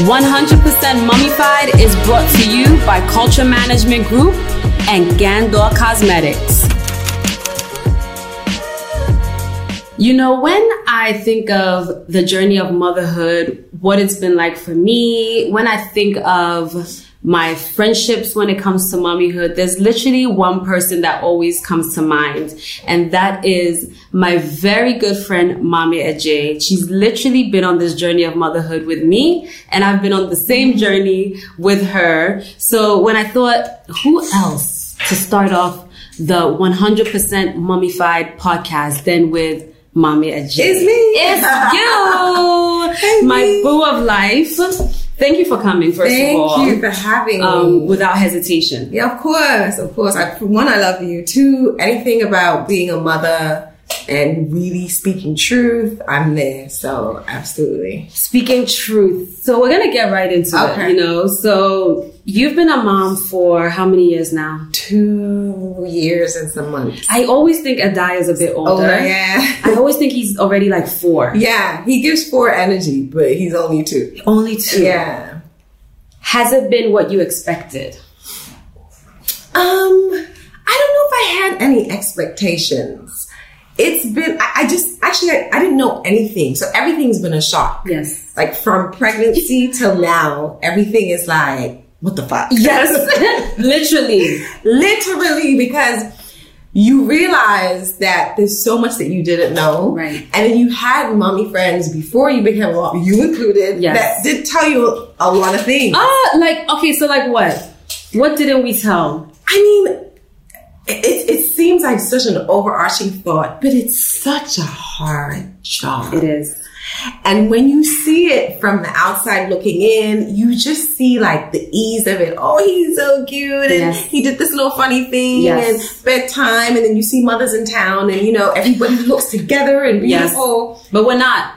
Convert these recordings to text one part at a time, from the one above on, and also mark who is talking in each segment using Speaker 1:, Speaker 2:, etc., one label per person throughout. Speaker 1: 100% Mummified is brought to you by Culture Management Group and Gandor Cosmetics. You know, when I think of the journey of motherhood, what it's been like for me, when I think of my friendships when it comes to mommyhood, there's literally one person that always comes to mind. And that is my very good friend, Mommy Ajay. She's literally been on this journey of motherhood with me. And I've been on the same journey with her. So when I thought, who else to start off the 100% mummified podcast than with Mommy Ajay?
Speaker 2: It's me.
Speaker 1: It's you.
Speaker 2: Hey,
Speaker 1: my
Speaker 2: me.
Speaker 1: boo of life. Thank you for coming, first
Speaker 2: Thank
Speaker 1: of all
Speaker 2: you for having me.
Speaker 1: um, without hesitation.
Speaker 2: yeah, of course, of course. I, for one, I love you. Two, anything about being a mother and really speaking truth, I'm there. So absolutely.
Speaker 1: Speaking truth. So we're going to get right into
Speaker 2: Okay.
Speaker 1: it, you know. So you've been a mom for how many years now?
Speaker 2: Two years and some months.
Speaker 1: I always think Adai is a bit older.
Speaker 2: Older, Oh, yeah.
Speaker 1: I always think he's already like four.
Speaker 2: Yeah, he gives four energy, but he's only two.
Speaker 1: Only two.
Speaker 2: Yeah.
Speaker 1: Has it been what you expected?
Speaker 2: Um, I don't know if I had any expectations. It's been, I, I just, actually, I, I didn't know anything. So everything's been a shock.
Speaker 1: Yes.
Speaker 2: Like from pregnancy till now, everything is like, what the fuck?
Speaker 1: Yes. Literally.
Speaker 2: Literally, because you realize that there's so much that you didn't know.
Speaker 1: Right.
Speaker 2: And then you had mommy friends before you became a mom, you included,
Speaker 1: Yes.
Speaker 2: that did tell you a lot of things.
Speaker 1: Ah, like, okay, so like what? What didn't we tell?
Speaker 2: I mean, it, it, it seems like such an overarching thought, but it's such a hard job.
Speaker 1: It is.
Speaker 2: And when you see it from the outside looking in, you just see like the ease of it. Oh, he's so cute. And
Speaker 1: Yes.
Speaker 2: he did this little funny thing
Speaker 1: Yes.
Speaker 2: and bedtime. And then you see mothers in town and you know, everybody looks together and
Speaker 1: Yes.
Speaker 2: beautiful
Speaker 1: But we're not.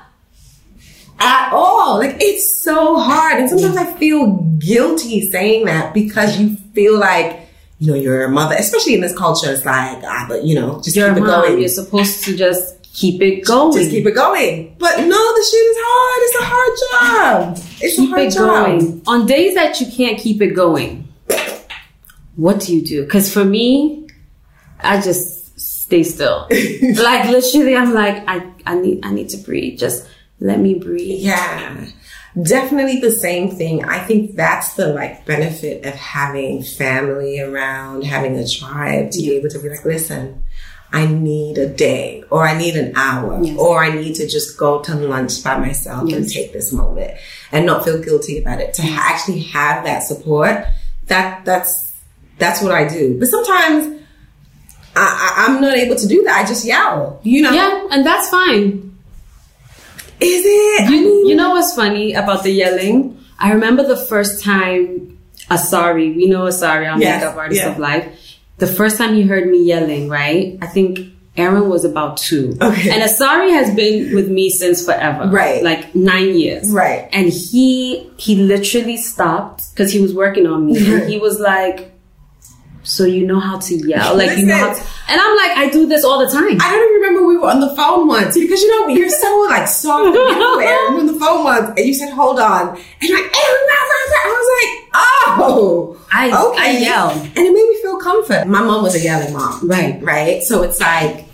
Speaker 2: at all. Like it's so hard. And sometimes I feel guilty saying that because you feel like, you know, you're a mother, especially in this culture. It's like, ah, but you know, just
Speaker 1: You're
Speaker 2: keep
Speaker 1: a
Speaker 2: it
Speaker 1: mom.
Speaker 2: going.
Speaker 1: You're supposed to just keep it going.
Speaker 2: just keep it going. But no, the shit is hard. It's a hard job. It's a
Speaker 1: keep
Speaker 2: hard
Speaker 1: it
Speaker 2: job.
Speaker 1: going. On days that you can't keep it going, what do you do? Because for me, I just stay still. like literally, I'm like, I, I need I need to breathe. Just let me breathe.
Speaker 2: Yeah. Definitely the same thing. I think that's the like benefit of having family around, having a tribe to be able to be like, listen, I need a day or I need an hour
Speaker 1: Yes.
Speaker 2: or I need to just go to lunch by myself and
Speaker 1: Yes.
Speaker 2: take this moment and not feel guilty about it. To ha- actually have that support, that that's that's what I do. But sometimes I, I, I'm not able to do that. I just yell, you know.
Speaker 1: Yeah, and that's fine.
Speaker 2: Is it? I mean,
Speaker 1: You, you know what's funny about the yelling? I remember the first time Asari, we know Asari, our
Speaker 2: Yes,
Speaker 1: makeup artist
Speaker 2: yeah.
Speaker 1: of life. The first time he heard me yelling, right? I think Aaron was about two.
Speaker 2: Okay.
Speaker 1: And Asari has been with me since forever.
Speaker 2: Right.
Speaker 1: Like nine years.
Speaker 2: Right.
Speaker 1: And he he literally stopped because he was working on me. And he was like, So you know how to yell. Like you know how to
Speaker 2: Listen.
Speaker 1: and I'm like, I do this all the time.
Speaker 2: I don't even remember we were on the phone once because you know you're so like soft and everywhere. We were on the phone once and you said, "Hold on," and you're like, "Eh, rah, rah, rah." I was like, "Oh,
Speaker 1: I- I yelled.
Speaker 2: and it made me feel comfort. My mom was a yelling mom,
Speaker 1: Right.
Speaker 2: Right. So it's like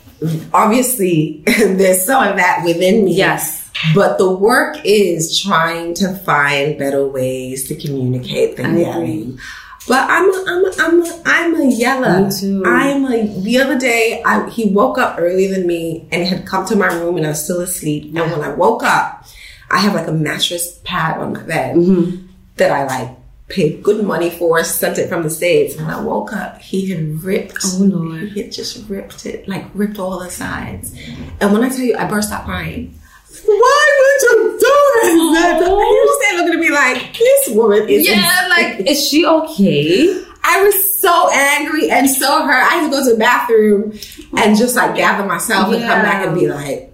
Speaker 2: obviously there's some of that within me.
Speaker 1: Yes.
Speaker 2: But the work is trying to find better ways to communicate than
Speaker 1: I agree.
Speaker 2: yelling. But I'm a, I'm a, I'm a, I'm a yeller.
Speaker 1: Me too.
Speaker 2: I'm a. The other day, I, he woke up earlier than me and had come to my room, and I was still asleep. And when I woke up, I have like a mattress pad on my bed
Speaker 1: Mm-hmm.
Speaker 2: that I like paid good money for, sent it from the states. And when I woke up, he had ripped.
Speaker 1: Oh, Lord.
Speaker 2: He had just ripped it, like ripped all the sides. And when I tell you, I burst out crying. Why would you do this? And you just there looking at me like this woman is.
Speaker 1: Oh, yeah, like is she okay?
Speaker 2: I was so angry and so hurt. I had to go to the bathroom and just like gather myself and come back and be like,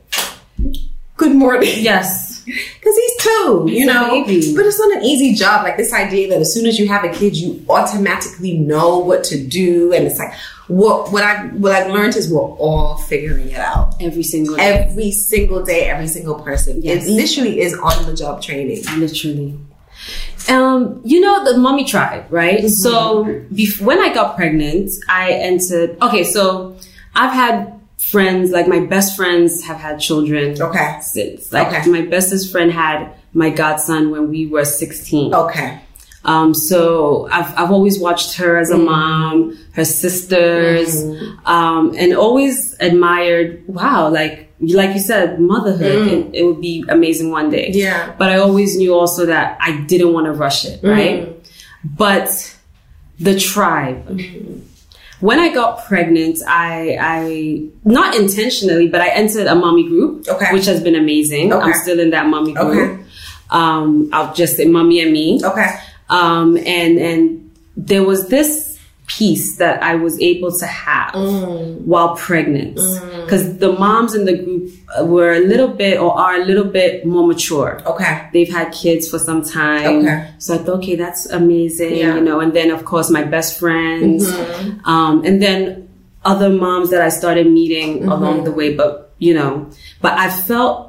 Speaker 2: "Good morning."
Speaker 1: Yes.
Speaker 2: Because he's two, you
Speaker 1: a
Speaker 2: know.
Speaker 1: baby.
Speaker 2: But it's not an easy job. Like this idea that as soon as you have a kid, you automatically know what to do, and it's like what what I what I've learned is we're all figuring it out
Speaker 1: Every single day.
Speaker 2: every single day, every single person.
Speaker 1: Yes.
Speaker 2: It literally is on the job training.
Speaker 1: Literally. Um, you know the mommy tribe, right?
Speaker 2: Mm-hmm.
Speaker 1: So bef- when I got pregnant, I entered. Okay, so I've had friends like my best friends have had children
Speaker 2: Okay.
Speaker 1: since. Like
Speaker 2: Okay.
Speaker 1: my bestest friend had my godson when we were sixteen.
Speaker 2: Okay.
Speaker 1: Um, so I've, I've always watched her
Speaker 2: Mm.
Speaker 1: as a mom, her sisters, um, and always admired, wow, like, like you said, motherhood, it, it would be amazing one day.
Speaker 2: Mm. Yeah. Mm.
Speaker 1: But I always knew also that I didn't want to rush it, right? But the tribe.
Speaker 2: Mm.
Speaker 1: When I got pregnant, I, I, not intentionally, but I entered a mommy group,
Speaker 2: Okay.
Speaker 1: which has been amazing. I'm
Speaker 2: Okay.
Speaker 1: still in that mommy group.
Speaker 2: Okay.
Speaker 1: Um, I'll just say mommy and me
Speaker 2: Okay.
Speaker 1: um, and and there was this piece that I was able to have
Speaker 2: Mm.
Speaker 1: while pregnant because the moms in the group uh, were a little bit or are a little bit more mature.
Speaker 2: Okay.
Speaker 1: They've had kids for some time.
Speaker 2: Okay.
Speaker 1: So I thought, okay, that's amazing,
Speaker 2: Yeah. Mm-hmm.
Speaker 1: you know. And then, of course, my best friends, um, and then other moms that I started meeting
Speaker 2: Mm-hmm.
Speaker 1: along the way. But you know, but I felt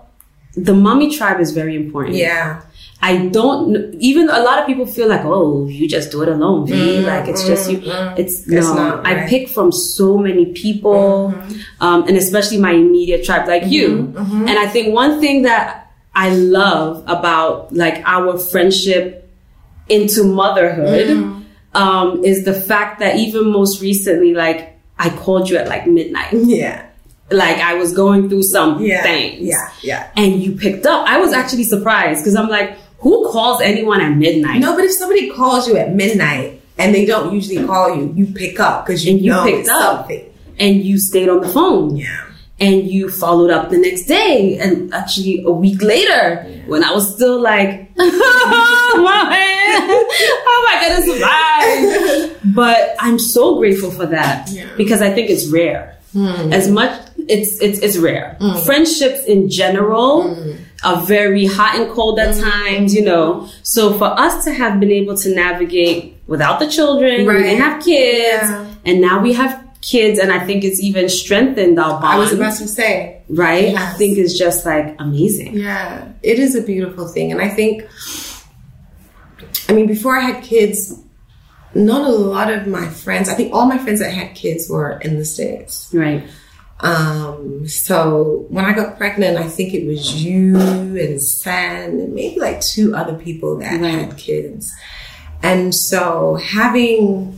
Speaker 1: the mommy tribe is very important.
Speaker 2: Yeah.
Speaker 1: I don't kn- even a lot of people feel like oh you just do it alone V. like it's just you it's no
Speaker 2: Mm-hmm. It's not,
Speaker 1: I
Speaker 2: right. Mm-hmm.
Speaker 1: pick from so many people um, and especially my immediate tribe like you and I think one thing that I love about like our friendship into motherhood
Speaker 2: Mm-hmm.
Speaker 1: um, is the fact that even most recently like I called you at like midnight
Speaker 2: Yeah.
Speaker 1: like I was going through some
Speaker 2: Yeah.
Speaker 1: things
Speaker 2: Yeah. Yeah.
Speaker 1: and you picked up. I was actually surprised because I'm like, who calls anyone at midnight?
Speaker 2: No, but if somebody calls you at midnight and they don't usually call you, you pick up because you,
Speaker 1: And you
Speaker 2: know
Speaker 1: picked
Speaker 2: it's
Speaker 1: up.
Speaker 2: something.
Speaker 1: And you stayed on the phone.
Speaker 2: Yeah.
Speaker 1: And you followed up the next day. And actually, a week later, when I was still like, my hand, how am I going to survive? but I'm so grateful for that
Speaker 2: Yeah. Hmm.
Speaker 1: because I think it's rare. As much, it's, it's, it's rare. Friendships in general
Speaker 2: Hmm.
Speaker 1: are very hot and cold at times, you know. So for us to have been able to navigate without the children, we
Speaker 2: Right.
Speaker 1: didn't have kids,
Speaker 2: Yeah.
Speaker 1: and now we have kids, and I think it's even strengthened our bond.
Speaker 2: I was about to say.
Speaker 1: right? I
Speaker 2: Yes.
Speaker 1: think it's just like amazing.
Speaker 2: Yeah. It is a beautiful thing. And I think, I mean, before I had kids, not a lot of my friends, I think all my friends that had kids were in the States.
Speaker 1: Right.
Speaker 2: Um, so when I got pregnant, I think it was you and San and maybe like two other people that
Speaker 1: Right.
Speaker 2: had kids. And so having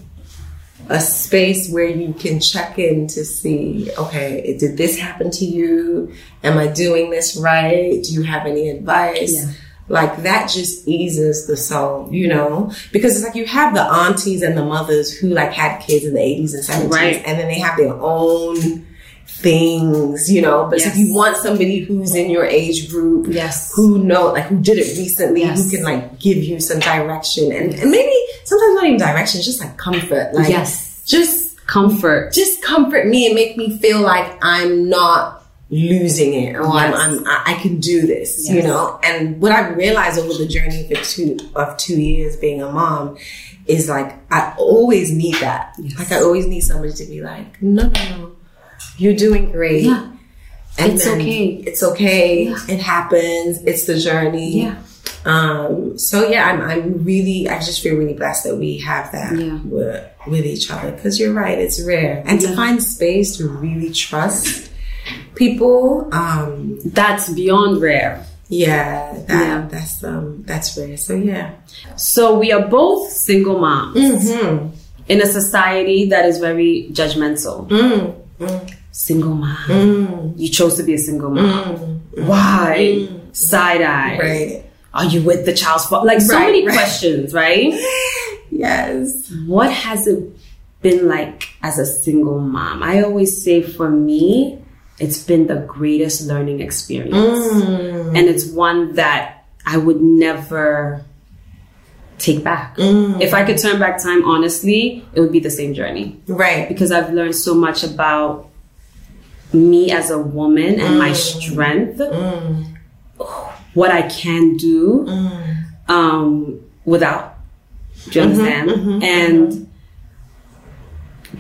Speaker 2: a space where you can check in to see, okay, did this happen to you? Am I doing this right? Do you have any advice?
Speaker 1: Yeah.
Speaker 2: Like that just eases the soul, you know? Because it's like you have the aunties and the mothers who like had kids in the 80s and 70s
Speaker 1: Right.
Speaker 2: and then they have their own things, you know. But
Speaker 1: Yes.
Speaker 2: if you want somebody who's in your age group,
Speaker 1: Yes.
Speaker 2: who know like who did it recently,
Speaker 1: Yes.
Speaker 2: who can like give you some direction and, and maybe sometimes not even direction, just like comfort. Like
Speaker 1: Yes.
Speaker 2: just
Speaker 1: Comfort.
Speaker 2: just comfort me and make me feel like I'm not losing it or I'm,
Speaker 1: Yes.
Speaker 2: I'm I I can do this, you
Speaker 1: Yes.
Speaker 2: know. And what I've realized over the journey of two of two years being a mom is like I always need that. Like I always need somebody to be like, no, no, no, you're doing great.
Speaker 1: Yeah.
Speaker 2: And
Speaker 1: It's
Speaker 2: then
Speaker 1: okay.
Speaker 2: It's okay. It happens. It's the journey.
Speaker 1: Yeah.
Speaker 2: Um, so yeah, I'm, I'm really, I just feel really blessed that we have that
Speaker 1: Yeah.
Speaker 2: with, with each other. Cause you're right, it's rare. And to find space to really trust people, um,
Speaker 1: That's beyond rare.
Speaker 2: yeah, that,
Speaker 1: Yeah.
Speaker 2: that's, um, that's rare. So yeah.
Speaker 1: So we are both single moms
Speaker 2: Mm-hmm.
Speaker 1: in a society that is very judgmental.
Speaker 2: Mm. Mm-hmm.
Speaker 1: Single mom. You chose to be a single mom. Why? Side eye.
Speaker 2: Mm. Right.
Speaker 1: Are you with the child's father? Like so
Speaker 2: Right,
Speaker 1: many
Speaker 2: right.
Speaker 1: questions, right?
Speaker 2: Yes.
Speaker 1: what has it been like as a single mom? I always say for me, it's been the greatest learning experience. And it's one that I would never take back. If I could turn back time, honestly, it would be the same journey
Speaker 2: Right.
Speaker 1: because I've learned so much about me as a woman and my strength, what I can do um, without. Do you understand? And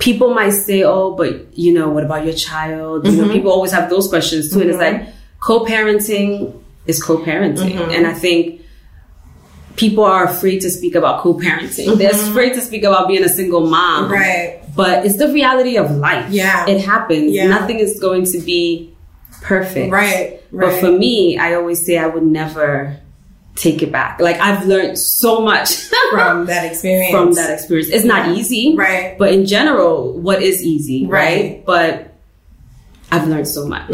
Speaker 1: people might say, "Oh, but you know, what about your child?" You know, people always have those questions too, and it's like co-parenting is co-parenting, and I think people are afraid to speak about co-parenting. They're afraid to speak about being a single mom.
Speaker 2: Right.
Speaker 1: But it's the reality of life.
Speaker 2: Yeah.
Speaker 1: It happens.
Speaker 2: Yeah.
Speaker 1: Nothing is going to be perfect.
Speaker 2: Right.
Speaker 1: But for me, I always say I would never take it back. Like I've learned so much
Speaker 2: from that experience.
Speaker 1: from that experience. It's not easy.
Speaker 2: Right.
Speaker 1: But in general, what is easy, right?
Speaker 2: Right. Mm.
Speaker 1: But I've learned so much.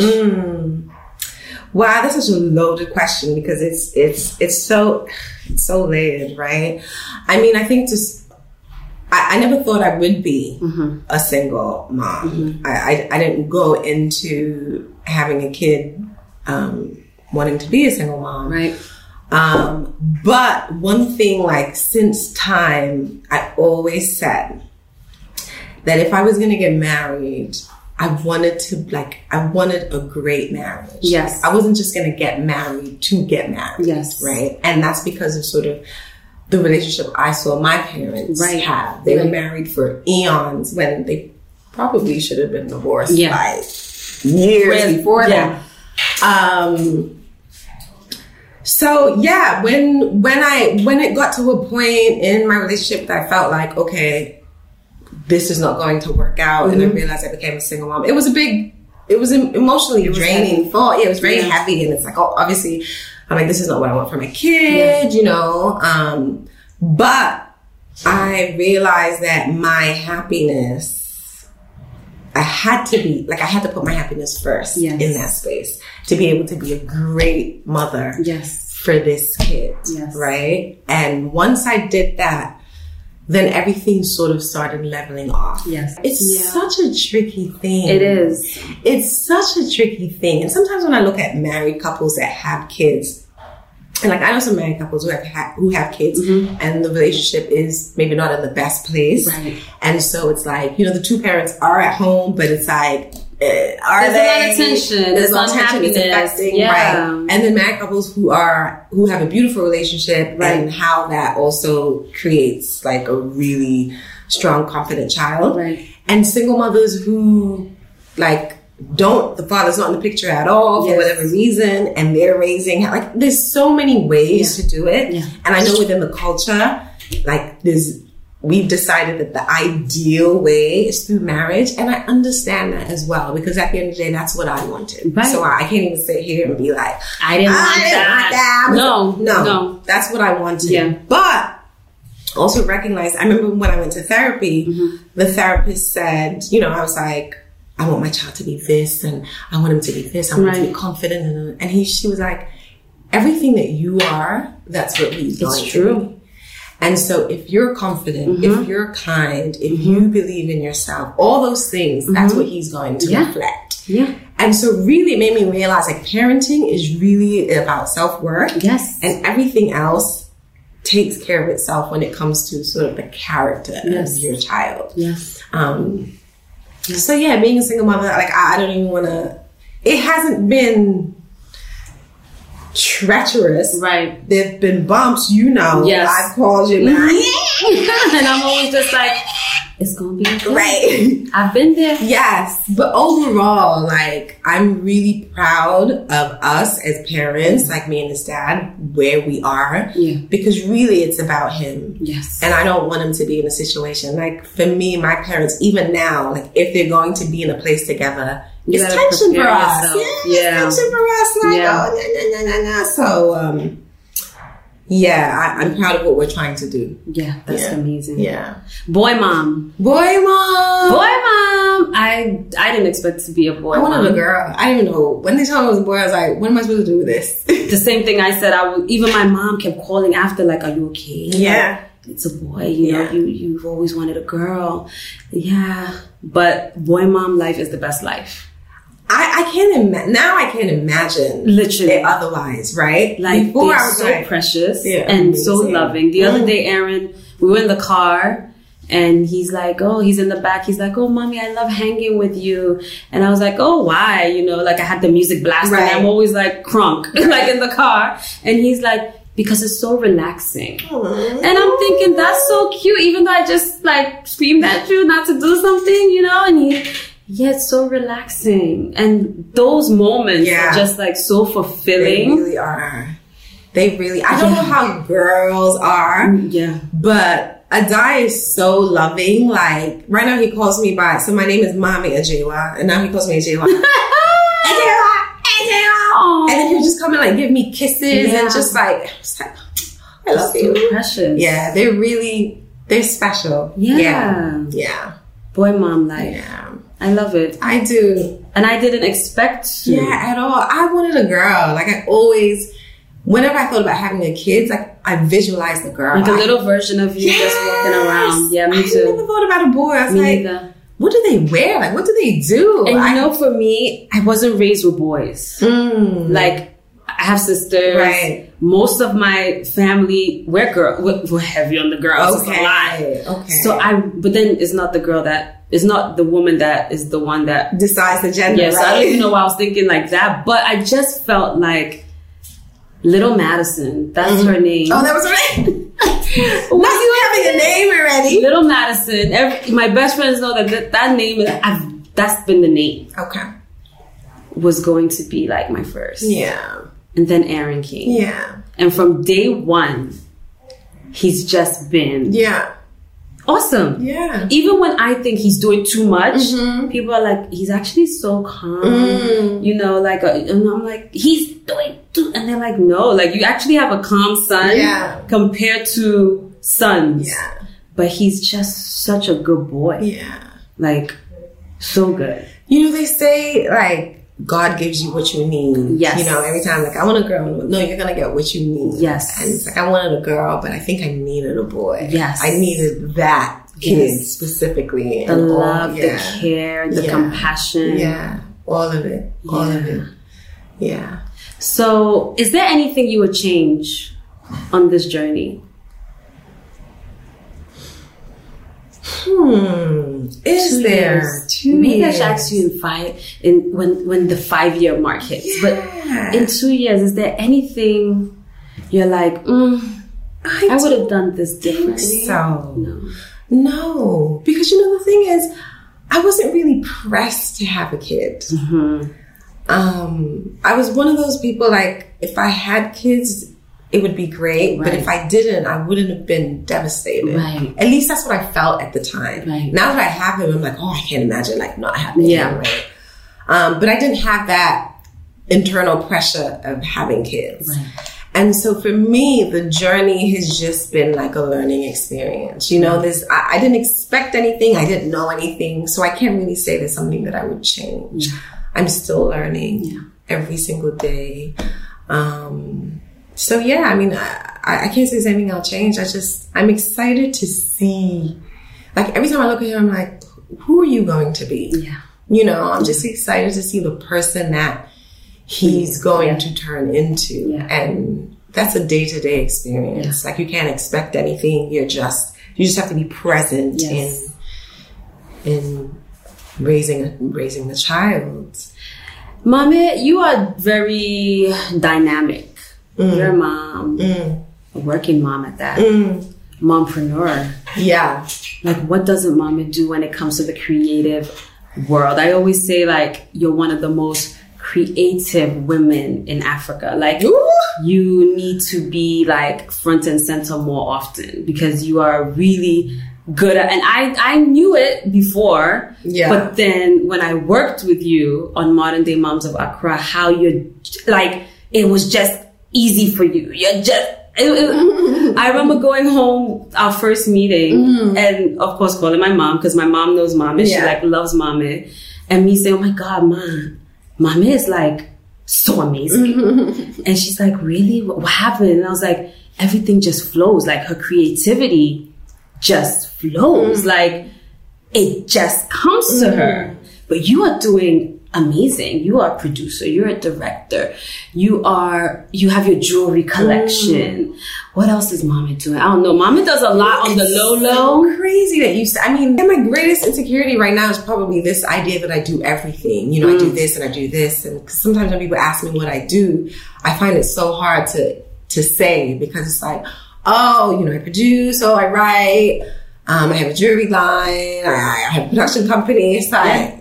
Speaker 2: Wow, that's such a loaded question because it's it's it's so it's so layered, right? I mean, I think just I, I never thought I would be a single mom. I, I I didn't go into having a kid um, wanting to be a single mom,
Speaker 1: Right.
Speaker 2: Um, but one thing, like since time, I always said that if I was gonna get married, I wanted to like I wanted a great marriage.
Speaker 1: Yes.
Speaker 2: I wasn't just gonna get married to get married.
Speaker 1: Yes.
Speaker 2: Right. And that's because of sort of the relationship I saw my parents
Speaker 1: Right.
Speaker 2: have. They
Speaker 1: Right.
Speaker 2: were married for eons when they probably should have been divorced
Speaker 1: Yeah.
Speaker 2: by years
Speaker 1: Whereas-
Speaker 2: before
Speaker 1: yeah.
Speaker 2: that. Um so yeah, when when I when it got to a point in my relationship that I felt like, okay, this is not going to work out, and I realized I became a single mom. It was a big, it was em- emotionally draining thought. Yeah, it was very
Speaker 1: Yeah.
Speaker 2: heavy, and it's like, oh, obviously, I'm like, this is not what I want for my kid, you know. Um, but I realized that my happiness. I had to be like I had to put my happiness first
Speaker 1: Yes.
Speaker 2: in that space to be able to be a great mother
Speaker 1: Yes.
Speaker 2: for this kid,
Speaker 1: Yes.
Speaker 2: right? And once I did that, then everything sort of started leveling off.
Speaker 1: Yes.
Speaker 2: It's
Speaker 1: Yeah.
Speaker 2: such a tricky thing.
Speaker 1: It is.
Speaker 2: It's such a tricky thing. And sometimes when I look at married couples that have kids, and like I know some married couples who have ha- who have kids, and the relationship is maybe not in the best place,
Speaker 1: Mm-hmm. Right.
Speaker 2: and so it's like you know the two parents are at home, but it's like eh, are
Speaker 1: There's a lot
Speaker 2: they?
Speaker 1: of tension. There's
Speaker 2: There's a lot of tension. It's
Speaker 1: unhappiness.
Speaker 2: affecting,
Speaker 1: Yeah.
Speaker 2: right? And then married couples who are who have a beautiful relationship,
Speaker 1: Right.
Speaker 2: and how that also creates like a really strong, confident child,
Speaker 1: Right.
Speaker 2: and single mothers who like don't the father's not in the picture at all
Speaker 1: Yes.
Speaker 2: for whatever reason and they're raising like there's so many ways to do it
Speaker 1: Yeah.
Speaker 2: and i know within the culture like there's we've decided that the ideal way is through marriage and i understand that as well because at the end of the day that's what i wanted
Speaker 1: Right.
Speaker 2: so i, I can't even sit here and be like
Speaker 1: I didn't want
Speaker 2: I didn't want
Speaker 1: that.
Speaker 2: that.
Speaker 1: No.
Speaker 2: no,
Speaker 1: No.
Speaker 2: That's what I wanted.
Speaker 1: Yeah.
Speaker 2: But also recognize, I remember when I went to therapy,
Speaker 1: Mm-hmm.
Speaker 2: the therapist said, you know, I was like, I want my child to be this and I want him to be this. I want him to
Speaker 1: Right.
Speaker 2: be confident. And, and he, she was like, everything that you are, that's what he's going to
Speaker 1: true. Mm-hmm.
Speaker 2: be. And so if you're confident, if you're kind, if you believe in yourself, all those things, that's what he's going to
Speaker 1: Mm-hmm. Yeah.
Speaker 2: reflect.
Speaker 1: Yeah.
Speaker 2: And so really it made me realize like parenting is really about self-work.
Speaker 1: Yes.
Speaker 2: And everything else takes care of itself when it comes to sort of the character
Speaker 1: Yes.
Speaker 2: of your child.
Speaker 1: yes.
Speaker 2: Um, so yeah, being a single mother, like I, I don't even want to. It hasn't been treacherous.
Speaker 1: Right.
Speaker 2: There've been bumps, you know.
Speaker 1: Yes. Mm-hmm.
Speaker 2: I've called you.
Speaker 1: and I'm always just like, it's gonna be good.
Speaker 2: Right.
Speaker 1: I've been there.
Speaker 2: Yes, but overall, like I'm really proud of us as parents, like me and his dad, where we are.
Speaker 1: Yeah.
Speaker 2: Because really, it's about him.
Speaker 1: Yes.
Speaker 2: And I don't want him to be in a situation like for me, my parents, even now, like if they're going to be in a place together,
Speaker 1: You
Speaker 2: it's
Speaker 1: gotta
Speaker 2: tension for
Speaker 1: prepare
Speaker 2: us.
Speaker 1: yourself.
Speaker 2: Yeah,
Speaker 1: Yeah.
Speaker 2: It's tension for us. Like,
Speaker 1: Yeah.
Speaker 2: oh, nah, nah, nah, nah, nah. So, um, yeah, I, I'm proud of what we're trying to do.
Speaker 1: Yeah, that's
Speaker 2: Yeah.
Speaker 1: amazing.
Speaker 2: Yeah.
Speaker 1: Boy mom.
Speaker 2: Boy, mom.
Speaker 1: Boy mom. I I didn't expect to be a boy
Speaker 2: I
Speaker 1: mom.
Speaker 2: wanted a girl. I didn't even know. When they told me I was a boy, I was like, what am I supposed to do with this?
Speaker 1: The same thing I said, I would even my mom kept calling after, like, Are you okay?
Speaker 2: Yeah.
Speaker 1: Like, it's a boy, you know,
Speaker 2: Yeah.
Speaker 1: you you've always wanted a girl. Yeah. But boy mom life is the best life.
Speaker 2: I, I can't imagine. Now I can't imagine
Speaker 1: Literally.
Speaker 2: it otherwise, right?
Speaker 1: Like
Speaker 2: Before
Speaker 1: they're
Speaker 2: I was
Speaker 1: so
Speaker 2: like,
Speaker 1: precious
Speaker 2: Yeah, Mm.
Speaker 1: and so
Speaker 2: amazing.
Speaker 1: loving. The other day, Aaron, we were in the car and he's like, Oh, he's in the back. He's like, Oh, mommy, I love hanging with you. And I was like, Oh, why? You know, like I had the music blasting.
Speaker 2: Right.
Speaker 1: I'm always like crunk, like in the car. And he's like, Because it's so relaxing.
Speaker 2: "Aw."
Speaker 1: And I'm thinking that's so cute, even though I just like screamed at you not to do something, you know, and he yeah, it's so relaxing. And those moments
Speaker 2: Yeah.
Speaker 1: are just like so
Speaker 2: they
Speaker 1: fulfilling.
Speaker 2: really are. They really, I don't know how girls are,
Speaker 1: Yeah.
Speaker 2: but Adai is so loving. Like, right now he calls me by, so my name is Mommy Ajewa, and now he calls me Ajewa. Ajewa! Ajewa!
Speaker 1: Oh,
Speaker 2: And then he'll just come and like give me kisses
Speaker 1: Yeah.
Speaker 2: and just like, I was like, I love you.
Speaker 1: so precious.
Speaker 2: Yeah, they're really, they're special.
Speaker 1: Yeah.
Speaker 2: Yeah. Yeah.
Speaker 1: Boy, mom life.
Speaker 2: yeah.
Speaker 1: I love it.
Speaker 2: I do.
Speaker 1: And I didn't expect to.
Speaker 2: Yeah, at all. I wanted a girl. Like I always, whenever I thought about having a kid, like I visualized a girl.
Speaker 1: Like a
Speaker 2: I-
Speaker 1: little version of you just walking around. Yeah, me
Speaker 2: I I
Speaker 1: too.
Speaker 2: never thought about a boy. I was
Speaker 1: Me
Speaker 2: like,
Speaker 1: neither.
Speaker 2: what do they wear? Like, what do they do?
Speaker 1: And
Speaker 2: I
Speaker 1: you know, for me, I wasn't raised with boys.
Speaker 2: Mm,
Speaker 1: Like, I have sisters.
Speaker 2: Right.
Speaker 1: Most of my family, we're girl, we're, we're heavy on the girls. It's a lot.
Speaker 2: okay, okay.
Speaker 1: So I, but then it's not the girl that, it's not the woman that is the one that
Speaker 2: decides the gender.
Speaker 1: Yes, I
Speaker 2: right?
Speaker 1: don't even know why I was thinking like that, but I just felt like Little Madison. That's her name.
Speaker 2: Oh, that was right. Not you having a name already.
Speaker 1: Little Madison. Every, my best friends know that that, that name is. I've, that's been the name
Speaker 2: Okay.
Speaker 1: was going to be like my first,
Speaker 2: Yeah.
Speaker 1: and then Aaron King,
Speaker 2: Yeah.
Speaker 1: and from day one, he's just been
Speaker 2: Yeah.
Speaker 1: awesome.
Speaker 2: Yeah.
Speaker 1: Even when I think he's doing too much, people are like, he's actually so calm.
Speaker 2: Mm-hmm. Mm.
Speaker 1: You know, like, uh, and I'm like, he's doing too. And they're like, no, like, you actually have a calm son
Speaker 2: Yeah.
Speaker 1: compared to sons.
Speaker 2: Yeah.
Speaker 1: But he's just such a good boy.
Speaker 2: Yeah.
Speaker 1: Like, so good.
Speaker 2: You know, they say like God gives you what you need.
Speaker 1: Yes.
Speaker 2: You know, every time like I want a girl. No, you're gonna get what you need.
Speaker 1: Yes.
Speaker 2: And it's like I wanted a girl, but I think I needed a boy.
Speaker 1: Yes.
Speaker 2: I needed that kid
Speaker 1: Yes.
Speaker 2: specifically.
Speaker 1: The
Speaker 2: and all-
Speaker 1: love,
Speaker 2: yeah.
Speaker 1: the care, the
Speaker 2: Yeah.
Speaker 1: compassion.
Speaker 2: Yeah. All of it. All of it. Yeah.
Speaker 1: So, is there anything you would change on this journey?
Speaker 2: Hmm. Is
Speaker 1: Two
Speaker 2: there
Speaker 1: years.
Speaker 2: two
Speaker 1: Maybe I
Speaker 2: years?
Speaker 1: should ask you in five in when when the five year mark hits.
Speaker 2: Yeah.
Speaker 1: But in two years, is there anything you're like, mm,
Speaker 2: I,
Speaker 1: I
Speaker 2: don't
Speaker 1: would have done this differently?
Speaker 2: think so.
Speaker 1: No.
Speaker 2: No, because you know the thing is, I wasn't really pressed to have a kid.
Speaker 1: Mm-hmm.
Speaker 2: Um, I was one of those people like if I had kids, it would be great, but
Speaker 1: Right.
Speaker 2: if I didn't, I wouldn't have been devastated.
Speaker 1: Right.
Speaker 2: At least that's what I felt at the time.
Speaker 1: Right.
Speaker 2: Now that I have him, I'm like, oh, I can't imagine like not having
Speaker 1: Yeah.
Speaker 2: him. Right? Um, but I didn't have that internal pressure of having kids.
Speaker 1: Right.
Speaker 2: And so for me, the journey has just been like a learning experience. You know, this I, I didn't expect anything, I didn't know anything, so I can't really say there's something that I would
Speaker 1: Mm-hmm.
Speaker 2: change. I'm still learning every single day. Um, so yeah, I mean, I, I I can't say there's anything I'll change. I just I'm excited to see. Like every time I look at him, I'm like, who are you going to be?
Speaker 1: Yeah.
Speaker 2: You know, I'm just excited to see the person that he's going
Speaker 1: Yeah.
Speaker 2: to turn into.
Speaker 1: Yeah.
Speaker 2: And that's a day to day experience. Like you can't expect anything. You're just you just have to be present
Speaker 1: Yes.
Speaker 2: in in raising raising the child.
Speaker 1: Mame, you are very dynamic. You're a mom, a working mom at that, mompreneur.
Speaker 2: Yeah.
Speaker 1: Like, what doesn't mama do when it comes to the creative world? I always say, like, you're one of the most creative women in Africa. Like,
Speaker 2: Ooh.
Speaker 1: you need to be like front and center more often because you are really good at and I I knew it before
Speaker 2: Yeah.
Speaker 1: but then when I worked with you on Modern Day Moms of Accra how you like it was just easy for you you're just it- it- I remember going home our first meeting and of course calling my mom because my mom knows mom and she
Speaker 2: Mm-hmm. Yeah.
Speaker 1: like loves mom and me saying oh my god mom mom is like so amazing
Speaker 2: Mm-hmm.
Speaker 1: and she's like, Really? What what happened? And I was like, Everything just flows. Like her creativity just flows.
Speaker 2: Mm.
Speaker 1: Like it just comes to her.
Speaker 2: Mm.
Speaker 1: But you are doing amazing. You are a producer, you're a director, you are you have your jewelry
Speaker 2: Mm.
Speaker 1: collection. What else is Mama doing? I don't know. Mama does a lot on the low low.
Speaker 2: So crazy that you. s- I mean, my greatest insecurity right now is probably this idea that I do everything. You know, I do this and I do this, and 'cause sometimes when people ask me what I do, I find it so hard to to say because it's like, oh, you know, I produce, oh, I write, um, I have a jewelry line, I, I have a production company. It's like,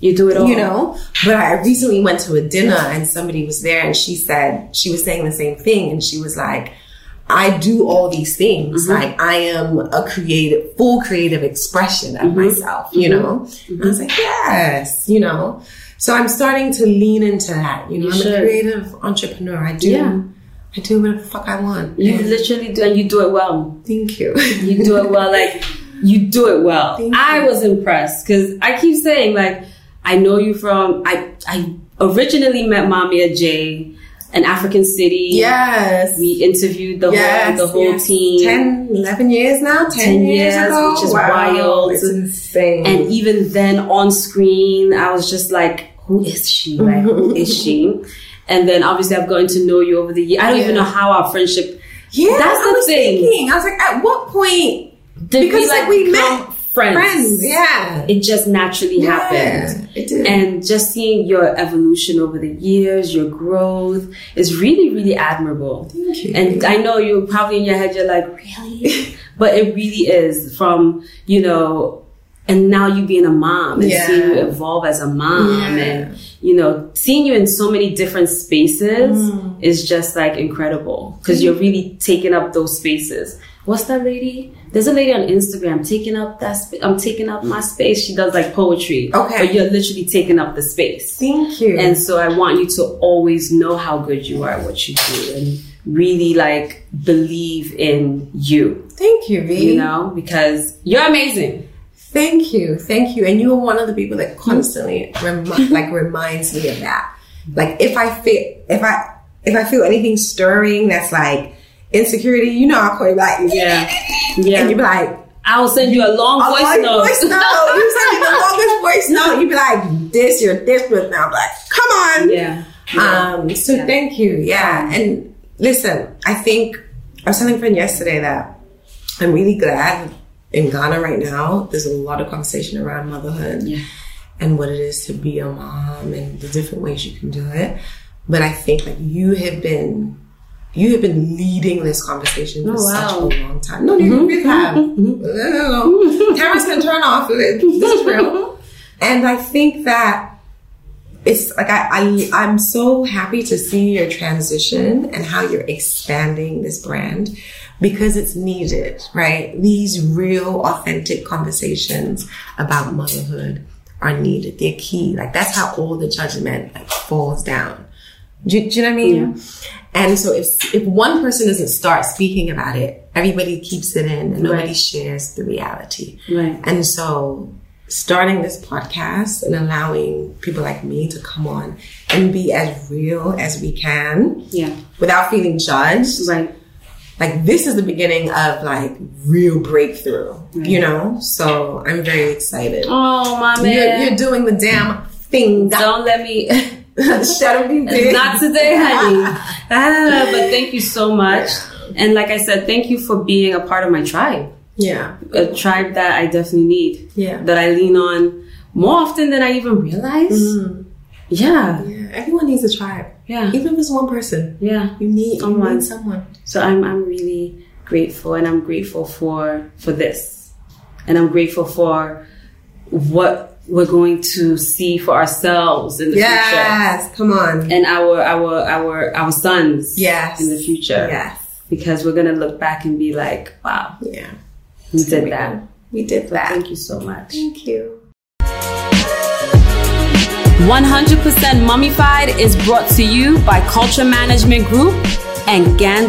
Speaker 1: You do it all.
Speaker 2: you know but i recently went to a dinner and somebody was there and she said she was saying the same thing and she was like i do all these things
Speaker 1: Mm-hmm.
Speaker 2: like i am a creative full creative expression of
Speaker 1: Mm-hmm.
Speaker 2: myself you know And i was like yes you know so i'm starting to lean into that you know
Speaker 1: You
Speaker 2: i'm
Speaker 1: should.
Speaker 2: a creative entrepreneur i do
Speaker 1: Yeah.
Speaker 2: i do whatever the fuck i want
Speaker 1: You
Speaker 2: And
Speaker 1: literally do, and you do it well.
Speaker 2: thank you
Speaker 1: You do it well. Like you do it well.
Speaker 2: Thank
Speaker 1: I
Speaker 2: you.
Speaker 1: was impressed because I keep saying like I know you from. I I originally met Mommy at J, an African city.
Speaker 2: yes
Speaker 1: We interviewed the
Speaker 2: Yes,
Speaker 1: whole the whole
Speaker 2: yes.
Speaker 1: team.
Speaker 2: 10, 11 years now? 10,
Speaker 1: 10
Speaker 2: years,
Speaker 1: years,
Speaker 2: ago?
Speaker 1: which is
Speaker 2: Wow,
Speaker 1: wild.
Speaker 2: It's insane.
Speaker 1: And even then on screen, I was just like, who is she? Like, who is she? And then obviously I've gotten to know you over the year. I don't even
Speaker 2: Yeah.
Speaker 1: know how our friendship
Speaker 2: yeah,
Speaker 1: that's
Speaker 2: I
Speaker 1: the
Speaker 2: was
Speaker 1: thing.
Speaker 2: Thinking. I was like, at what point?
Speaker 1: did
Speaker 2: Because,
Speaker 1: we,
Speaker 2: like,
Speaker 1: like
Speaker 2: we
Speaker 1: become
Speaker 2: met
Speaker 1: friends.
Speaker 2: Friends, yeah.
Speaker 1: It just naturally
Speaker 2: yeah,
Speaker 1: happened.
Speaker 2: It did.
Speaker 1: And just seeing your evolution over the years, your growth is really, really admirable.
Speaker 2: Thank you.
Speaker 1: And I know you're probably in your head, you're like, really? But it really is from, you know, and now you being a mom and
Speaker 2: Yeah.
Speaker 1: seeing you evolve as a mom
Speaker 2: Yeah.
Speaker 1: and, you know, seeing you in so many different spaces
Speaker 2: Mm.
Speaker 1: is just like incredible because you're really taking up those spaces. What's that lady? There's a lady on Instagram taking up that. Sp- I'm taking up my space. She does like poetry.
Speaker 2: Okay.
Speaker 1: but you're literally taking up the space.
Speaker 2: Thank you.
Speaker 1: And so I want you to always know how good you are at what you do and really like believe in you,
Speaker 2: Thank you, V.
Speaker 1: you know, because you're amazing.
Speaker 2: Thank you. Thank you. And you are one of the people that constantly remi- like reminds me of that. Like if I feel if I if I feel anything stirring that's like insecurity, you know I'll call you like
Speaker 1: Yeah.
Speaker 2: and
Speaker 1: Yeah.
Speaker 2: you be like
Speaker 1: I will send you a long
Speaker 2: A
Speaker 1: voice
Speaker 2: long
Speaker 1: note.
Speaker 2: voice note. You send me the longest voice note. You be like, this, you're desperate now. I'm like, come on.
Speaker 1: yeah.
Speaker 2: Um, so
Speaker 1: Yeah.
Speaker 2: thank you. Yeah. And listen, I think I was telling a friend yesterday that I'm really glad in Ghana right now, there's a lot of conversation around motherhood
Speaker 1: Yeah.
Speaker 2: and what it is to be a mom and the different ways you can do it. But I think like you have been you have been leading this conversation for
Speaker 1: Oh,
Speaker 2: such
Speaker 1: wow. Mm-hmm.
Speaker 2: a long time. No, you really have. Cameras can turn off. This is real. And I think that it's like I, I I'm so happy to see your transition and how you're expanding this brand because it's needed, right? These real authentic conversations about motherhood are needed. They're key. Like that's how all the judgment like falls down. Do, you- do you know what I mean? And so if if one person doesn't start speaking about it, everybody keeps it in and nobody
Speaker 1: Right.
Speaker 2: shares the reality.
Speaker 1: Right.
Speaker 2: And so starting this podcast and allowing people like me to come on and be as real as we can
Speaker 1: Yeah.
Speaker 2: without feeling judged.
Speaker 1: Right.
Speaker 2: Like this is the beginning of like real breakthrough, you know? So I'm very excited.
Speaker 1: Oh, my
Speaker 2: You're,
Speaker 1: man.
Speaker 2: you're doing the damn thing.
Speaker 1: Don't let me.
Speaker 2: Shadow me big.
Speaker 1: Not today, honey. Ah, but thank you so much. And like I said, thank you for being a part of my tribe.
Speaker 2: Yeah.
Speaker 1: a tribe that I definitely need.
Speaker 2: Yeah.
Speaker 1: That I lean on more often than I even realize.
Speaker 2: Mm-hmm.
Speaker 1: Yeah.
Speaker 2: Mm, Yeah. Everyone needs a tribe.
Speaker 1: Yeah.
Speaker 2: Even if it's one person.
Speaker 1: Yeah.
Speaker 2: You need
Speaker 1: Someone.
Speaker 2: someone. You need someone.
Speaker 1: So I'm I'm really grateful and I'm grateful for for this. And I'm grateful for what we're going to see for ourselves in the future.
Speaker 2: Yes. Come on.
Speaker 1: And our our our our sons
Speaker 2: Yes.
Speaker 1: in the future.
Speaker 2: Yes.
Speaker 1: Because we're gonna look back and be like, wow,
Speaker 2: Yeah.
Speaker 1: we did that.
Speaker 2: We did that.
Speaker 1: Thank you so much.
Speaker 2: Thank you.
Speaker 1: 100% Mummified is brought to you by Culture Management Group and GAN